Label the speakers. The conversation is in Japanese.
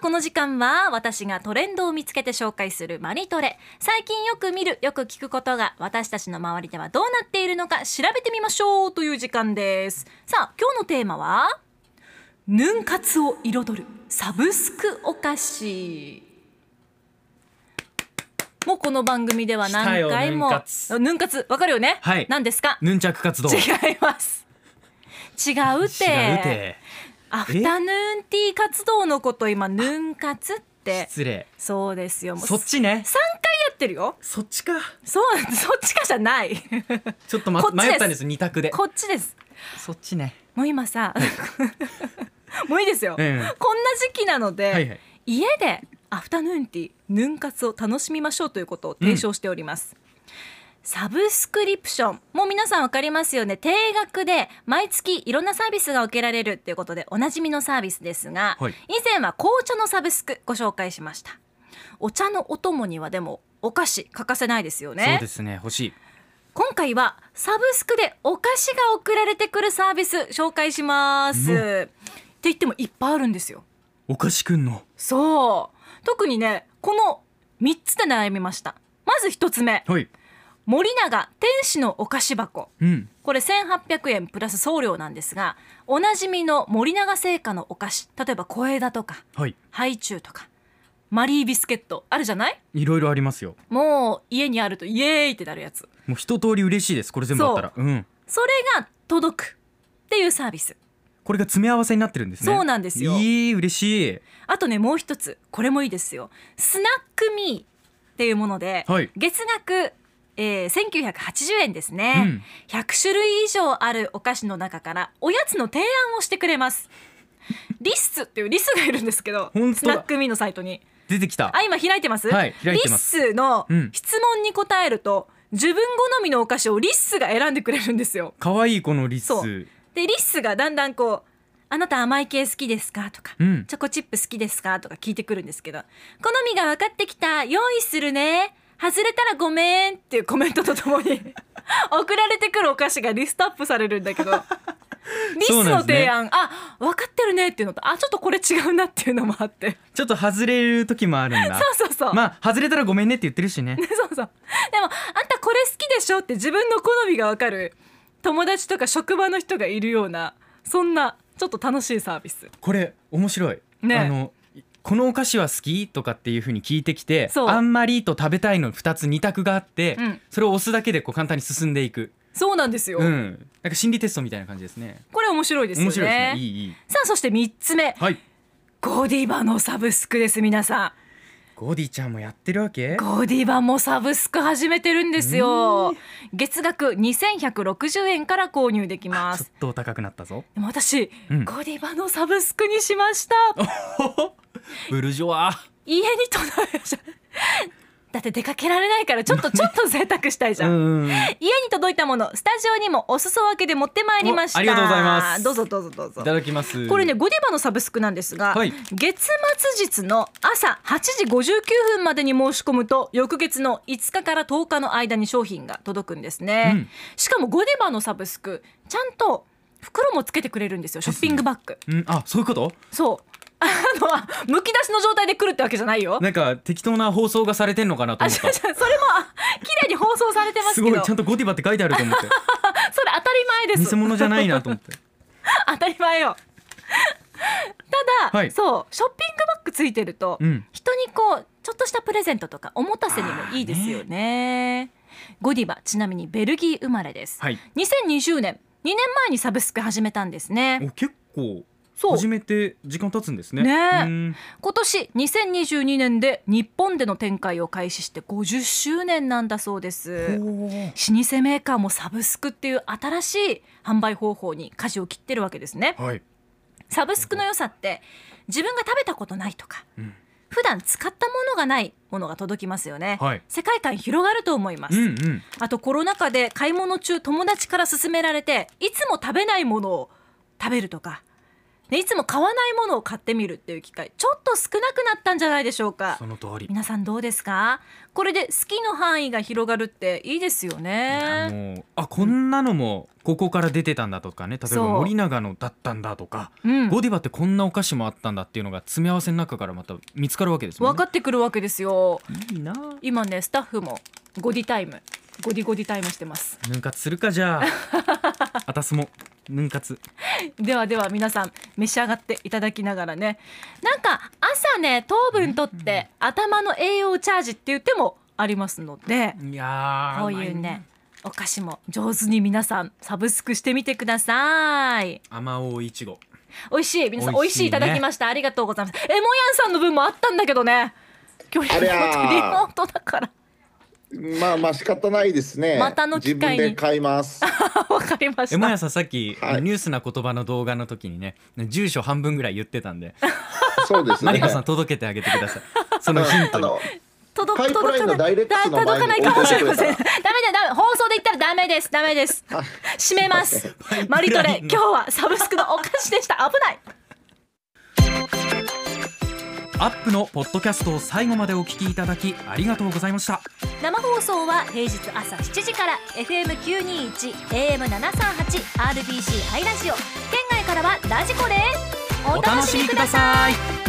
Speaker 1: この時間は私がトレンドを見つけて紹介するマリトレ最近よく見るよく聞くことが私たちの周りではどうなっているのか調べてみましょうという時間ですさあ今日のテーマはヌン活を彩るサブスクお菓子もうこの番組では何回も
Speaker 2: 来た
Speaker 1: ヌン活わかるよね、
Speaker 2: はい
Speaker 1: 何ですか
Speaker 2: ヌンチャク活動
Speaker 1: 違います違うて
Speaker 2: 違うて
Speaker 1: アフタヌーンティー活動のこと今ヌン活って
Speaker 2: 失礼
Speaker 1: そうですよもう
Speaker 2: そっちね
Speaker 1: 3回やってるよ
Speaker 2: そっちか
Speaker 1: そうそっちかじゃ ない
Speaker 2: ちょっと、ま
Speaker 1: こっ、ちです
Speaker 2: 迷ったんです二択で
Speaker 1: こっちです
Speaker 2: そっちね
Speaker 1: もう今さ もういいですよ、
Speaker 2: うんうん
Speaker 1: こんな時期なので、
Speaker 2: はいはい
Speaker 1: 家でアフタヌーンティーヌン活を楽しみましょうということを提唱しております、サブスクリプションもう皆さん分かりますよね定額で毎月いろんなサービスが受けられるっていうことでおなじみのサービスですが、
Speaker 2: はい
Speaker 1: 以前は紅茶のサブスクご紹介しましたお茶のお供にはでもお菓子欠かせないですよね
Speaker 2: そうですね欲しい
Speaker 1: 今回はサブスクでお菓子が送られてくるサービス紹介します。
Speaker 2: う
Speaker 1: って言ってもいっぱいあるんですよ。
Speaker 2: お菓子くんの
Speaker 1: そう特にねこの3つで悩みました。まず1つ目
Speaker 2: はい
Speaker 1: 森永天使のお菓子箱
Speaker 2: うん
Speaker 1: これ1800円プラス送料なんですがおなじみの森永製菓のお菓子例えば小枝とか
Speaker 2: はい
Speaker 1: ハイチュウとかマリービスケットあるじゃない
Speaker 2: いろいろありますよ
Speaker 1: もう家にあるとイエーイってなるやつ。
Speaker 2: もう一通り嬉しいですこれ全部あったらうん
Speaker 1: それが届くっていうサービス。
Speaker 2: これが詰め合わせになってるんですね
Speaker 1: そうなんですよ
Speaker 2: いい嬉しい
Speaker 1: あとねもう一つこれもいいですよスナックミーっていうもので、
Speaker 2: はい
Speaker 1: 月額、えー、1980円ですね、
Speaker 2: うん
Speaker 1: 100種類以上あるお菓子の中からおやつの提案をしてくれます リスっていうリスがいるんですけど
Speaker 2: 本当だ
Speaker 1: スナックミーのサイトに
Speaker 2: 出てきた
Speaker 1: あ今開いてます,、
Speaker 2: はい開いてます
Speaker 1: リスの
Speaker 2: うん
Speaker 1: 質問に答えると、自分好みのお菓子をリスが選んでくれるんですよ
Speaker 2: 可愛いこのリス
Speaker 1: そうでリスがだんだんこう「あなた甘い系好きですか?」とか、
Speaker 2: うん
Speaker 1: チョコチップ好きですか?」とか聞いてくるんですけど「好みが分かってきた用意するね外れたらごめん」っていうコメントとともに 送られてくるお菓子がリストアップされるんだ けどリス
Speaker 2: そうなん
Speaker 1: の
Speaker 2: ですね
Speaker 1: 提案、あ分かってるねっていうのとあちょっとこれ違うなっていうのもあって
Speaker 2: ちょっと外れる時もあるんだ
Speaker 1: そうそうそう、
Speaker 2: まあ外れたらごめんねって言ってるしね
Speaker 1: そうそうでもあんたこれ好きでしょって自分の好みが分かる友達とか職場の人がいるようなそんなちょっと楽しいサービス。
Speaker 2: これ面白い、
Speaker 1: ね
Speaker 2: あのこのお菓子は好きとかっていう風に聞いてきて
Speaker 1: そう
Speaker 2: あんまりと食べたいの2つ2択があって、
Speaker 1: うん
Speaker 2: それを押すだけでこう簡単に進んでいく
Speaker 1: そうなんですよ、
Speaker 2: うんなんか心理テストみたいな感じですね
Speaker 1: これ面白いですよね
Speaker 2: 面白いですねいいいい
Speaker 1: さあそして3つ目
Speaker 2: はい
Speaker 1: ゴディバのサブスクです皆さ
Speaker 2: ゴディちゃんもやってるわけ
Speaker 1: んゴディバもサブスク始めてるんですよ月額2160円から購入できま
Speaker 2: あちょ
Speaker 1: す
Speaker 2: っとお高くなったぞ
Speaker 1: でも私、
Speaker 2: うん
Speaker 1: ゴディバのサブスクにしました
Speaker 2: ブルジョワ
Speaker 1: 家に唱えちゃだって出かけられないからちょっとちょっと贅沢したいじゃん、
Speaker 2: うん
Speaker 1: 家に届いたものスタジオにもお裾分けで持ってまいりました
Speaker 2: おありがとうございます
Speaker 1: どうぞどうぞどうぞ
Speaker 2: いただきます
Speaker 1: これねゴディバのサブスクなんですが、
Speaker 2: はい
Speaker 1: 月末日の朝8時59分までに申し込むと翌月の5日から10日の間に商品が届くんですね、
Speaker 2: うん
Speaker 1: しかもゴディバのサブスクちゃんと袋もつけてくれるんですよショッピングバッグ、
Speaker 2: うんあそういうこと
Speaker 1: そうあのむき出しの状態で来るってわけじゃないよ
Speaker 2: なんか適当な放送がされてんのかなと
Speaker 1: あ
Speaker 2: 思っ
Speaker 1: じ
Speaker 2: た
Speaker 1: ゃじゃそれもあ綺麗に放送されてますす
Speaker 2: ご
Speaker 1: け
Speaker 2: い
Speaker 1: ど
Speaker 2: ちゃんとゴディバって書いてあると思っ て
Speaker 1: それ当たり前です
Speaker 2: 偽物じゃないなと思って
Speaker 1: 当たり前よただ、
Speaker 2: はい
Speaker 1: そうショッピングバッグついてると、
Speaker 2: うん
Speaker 1: 人にこうちょっとしたプレゼントとかおもたせにもいいですよねゴディバちなみにベルギー生まれです、
Speaker 2: はい
Speaker 1: 2020年2年前にサブスク始めたんですね
Speaker 2: お結構
Speaker 1: そう
Speaker 2: 始めて時間経つんですね
Speaker 1: ねえ
Speaker 2: うん
Speaker 1: 今年2022年で日本での展開を開始して50周年なんだそうです老舗メーカーもサブスクっていう新しい販売方法に舵を切ってるわけですね
Speaker 2: はい、
Speaker 1: サブスクの良さって自分が食べたことないとか
Speaker 2: うん
Speaker 1: 普段使ったものがないものが届きますよね、
Speaker 2: はい
Speaker 1: 世界観広がると思いま
Speaker 2: う
Speaker 1: す、
Speaker 2: んうん
Speaker 1: あとコロナ禍で買い物中友達から勧められていつも食べないものを食べるとかね、いつも買わないものを買ってみるっていう機会ちょっと少なくなったんじゃないでしょうか
Speaker 2: その通り
Speaker 1: 皆さんどうですかこれで好きの範囲が広がるっていいですよ
Speaker 2: いや
Speaker 1: ね
Speaker 2: もうあこんなのもここから出てたんだとかね例えば
Speaker 1: そう
Speaker 2: 森永のだったんだとか、
Speaker 1: うん
Speaker 2: ゴディバってこんなお菓子もあったんだっていうのが詰め合わせの中からまた見つかるわけですもん
Speaker 1: 分
Speaker 2: ね
Speaker 1: かってくるわけですよ
Speaker 2: いいな
Speaker 1: 今ねスタッフもゴディタイムゴディゴディタイムしてます
Speaker 2: ヌン活するか じゃああたすもヌン活
Speaker 1: ではでは皆さん召し上がっていただきながらねなんか朝ね糖分とって頭の栄養チャージって言ってもありますので
Speaker 2: いやー
Speaker 1: こういうねお菓子も上手に皆さんサブスクしてみてください
Speaker 2: 甘おういちご
Speaker 1: 美味しい皆さん美
Speaker 2: 美
Speaker 1: 味
Speaker 2: 味
Speaker 1: し
Speaker 2: し
Speaker 1: い,、
Speaker 2: いね
Speaker 1: いただきましたありがとうございますえもやんさんの分もあったんだけどね今日
Speaker 3: あ
Speaker 1: リ
Speaker 3: り
Speaker 1: モ
Speaker 3: ゃ
Speaker 1: ート
Speaker 3: ー
Speaker 1: リモートだから
Speaker 3: まあまあ仕方ないですね。
Speaker 1: またの機会に
Speaker 3: 自分で買います。
Speaker 1: あわかりま
Speaker 2: え
Speaker 1: し
Speaker 2: も
Speaker 1: た
Speaker 2: やさんさっき、
Speaker 3: はい
Speaker 2: ニュースな言葉の動画の時にね住所半分ぐらい言ってたんで
Speaker 3: そうです
Speaker 2: マ
Speaker 3: ね
Speaker 2: リ。コさん届けてあげてくださいそのヒント
Speaker 3: あ
Speaker 2: に
Speaker 3: の
Speaker 1: 届
Speaker 3: パイプラインのダイレクトの
Speaker 1: 届かない
Speaker 3: 前に
Speaker 1: かもしれませんダメ
Speaker 3: 置いといてく
Speaker 1: だダメ放送で言ったらダメですダメです
Speaker 3: あ
Speaker 1: 閉めますマリトレ今日はサブスクのお菓子でした危ない
Speaker 2: アップのポッドキャストを最後までお聞きいただきありがとうございました
Speaker 1: 生放送は平日朝7時から FM921 AM738 RBC ハイラジオ県外からはラジコでお楽しみください
Speaker 2: い